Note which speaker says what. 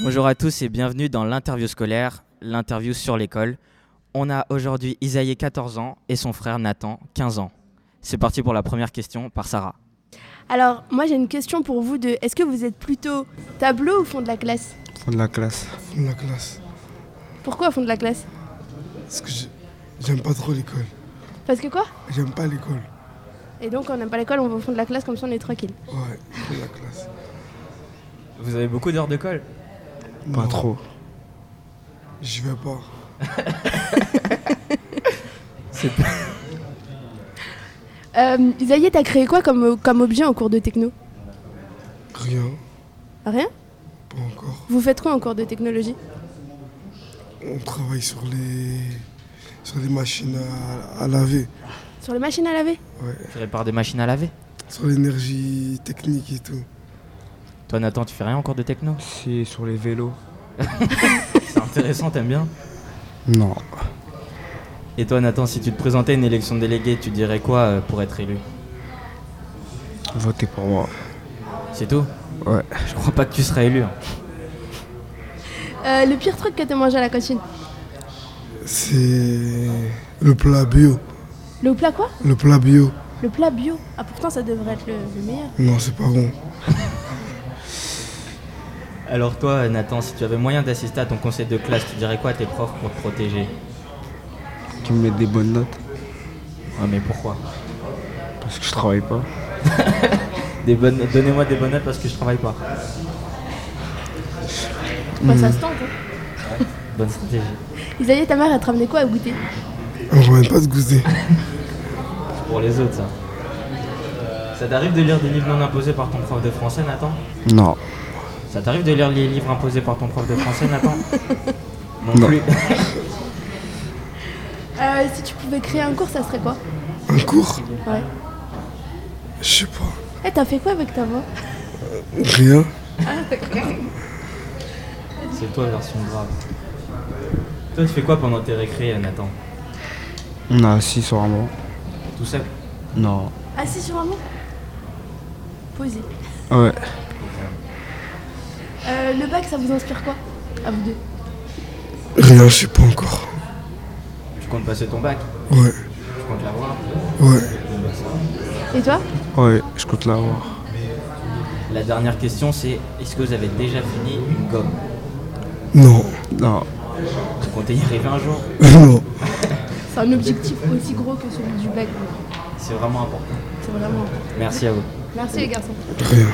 Speaker 1: Bonjour à tous et bienvenue dans l'interview scolaire, l'interview sur l'école. On a aujourd'hui Isaïe 14 ans et son frère Nathan 15 ans. C'est parti pour la première question par Sarah.
Speaker 2: Alors, moi j'ai une question pour vous de est-ce que vous êtes plutôt tableau ou fond de la classe
Speaker 3: Fond de la classe.
Speaker 4: Fond de la classe.
Speaker 2: Pourquoi fond de la classe
Speaker 4: Parce que j'ai- j'aime pas trop l'école.
Speaker 2: Parce que quoi
Speaker 4: J'aime pas l'école.
Speaker 2: Et donc on n'aime pas l'école, on va au fond de la classe comme ça on est tranquille.
Speaker 4: Ouais, fond de la classe.
Speaker 5: Vous avez beaucoup d'heures de colle
Speaker 3: Pas
Speaker 4: Non,
Speaker 3: trop.
Speaker 4: J'y vais pas.
Speaker 2: Euh, Isaïe, t'as créé quoi comme, comme objet en cours de techno
Speaker 4: Rien.
Speaker 2: Rien
Speaker 4: Pas encore.
Speaker 2: Vous faites quoi en cours de technologie
Speaker 4: On travaille sur les. sur les machines à, à laver.
Speaker 2: Sur les machines à laver
Speaker 4: Ouais.
Speaker 1: Tu répares des machines à laver
Speaker 4: Sur l'énergie technique et tout.
Speaker 1: Toi Nathan, tu fais rien en cours de techno
Speaker 3: Si, sur les vélos.
Speaker 1: C'est intéressant, t'aimes bien
Speaker 3: Non.
Speaker 1: Et toi Nathan, si tu te présentais à une élection de délégué, tu dirais quoi euh, pour être élu
Speaker 3: Votez pour moi.
Speaker 1: C'est tout
Speaker 3: Ouais.
Speaker 1: Je crois pas que tu seras élu. hein.
Speaker 2: Euh, Le pire truc que t'as mangé à la cantine
Speaker 4: C'est. le plat bio.
Speaker 2: Le plat quoi
Speaker 4: Le plat bio.
Speaker 2: Le plat bio. Ah pourtant ça devrait être le, le meilleur.
Speaker 4: Non, c'est pas bon.
Speaker 1: Alors toi euh, Nathan, si tu avais moyen d'assister à ton conseil de classe, tu dirais quoi à tes profs pour te protéger
Speaker 3: Tu me mets des bonnes notes
Speaker 1: Ouais Ah, mais pourquoi
Speaker 3: parce que je travaille pas.
Speaker 1: Des bonnes- Donnez-moi des bonnes notes parce que je travaille pas.
Speaker 2: Bah, ça se tente. Hein.
Speaker 1: Bonne stratégie.
Speaker 2: Isaïe, ta mère elle te ramenait quoi à goûter
Speaker 4: On ne ramène pas de goûter.
Speaker 1: Pour les autres, ça. Ça t'arrive de lire des livres non imposés par ton prof de français, Nathan
Speaker 3: Non.
Speaker 1: Ça t'arrive de lire les livres imposés par ton prof de français, Nathan
Speaker 3: Non.
Speaker 2: Euh, Si tu pouvais créer un cours, ça serait quoi
Speaker 4: Un cours
Speaker 2: Ouais.
Speaker 4: Je sais pas.
Speaker 2: Eh, t'as fait quoi avec ta voix
Speaker 4: Rien.
Speaker 1: C'est toi, version grave. Toi, tu fais quoi pendant tes récrés, Nathan
Speaker 3: On a assis sur un banc.
Speaker 1: Tout seul
Speaker 3: Non.
Speaker 2: Assis sur un banc Posé.
Speaker 3: Ouais.
Speaker 2: Euh, le bac, ça vous inspire quoi À vous deux.
Speaker 4: Rien, je sais pas encore.
Speaker 1: Tu comptes passer ton bac
Speaker 4: Ouais,
Speaker 1: Tu comptes l'avoir
Speaker 4: ouais.
Speaker 2: Et toi
Speaker 3: Ouais, je compte l'avoir.
Speaker 1: La dernière question, c'est est-ce que vous avez déjà fini une gomme
Speaker 4: Non,
Speaker 3: Non.
Speaker 1: Tu comptais y arriver un jour
Speaker 4: non.
Speaker 2: C'est un objectif aussi gros que celui du bac. donc
Speaker 1: C'est vraiment important.
Speaker 2: C'est vraiment.
Speaker 1: Merci à vous.
Speaker 2: Merci les garçons.
Speaker 4: Rien.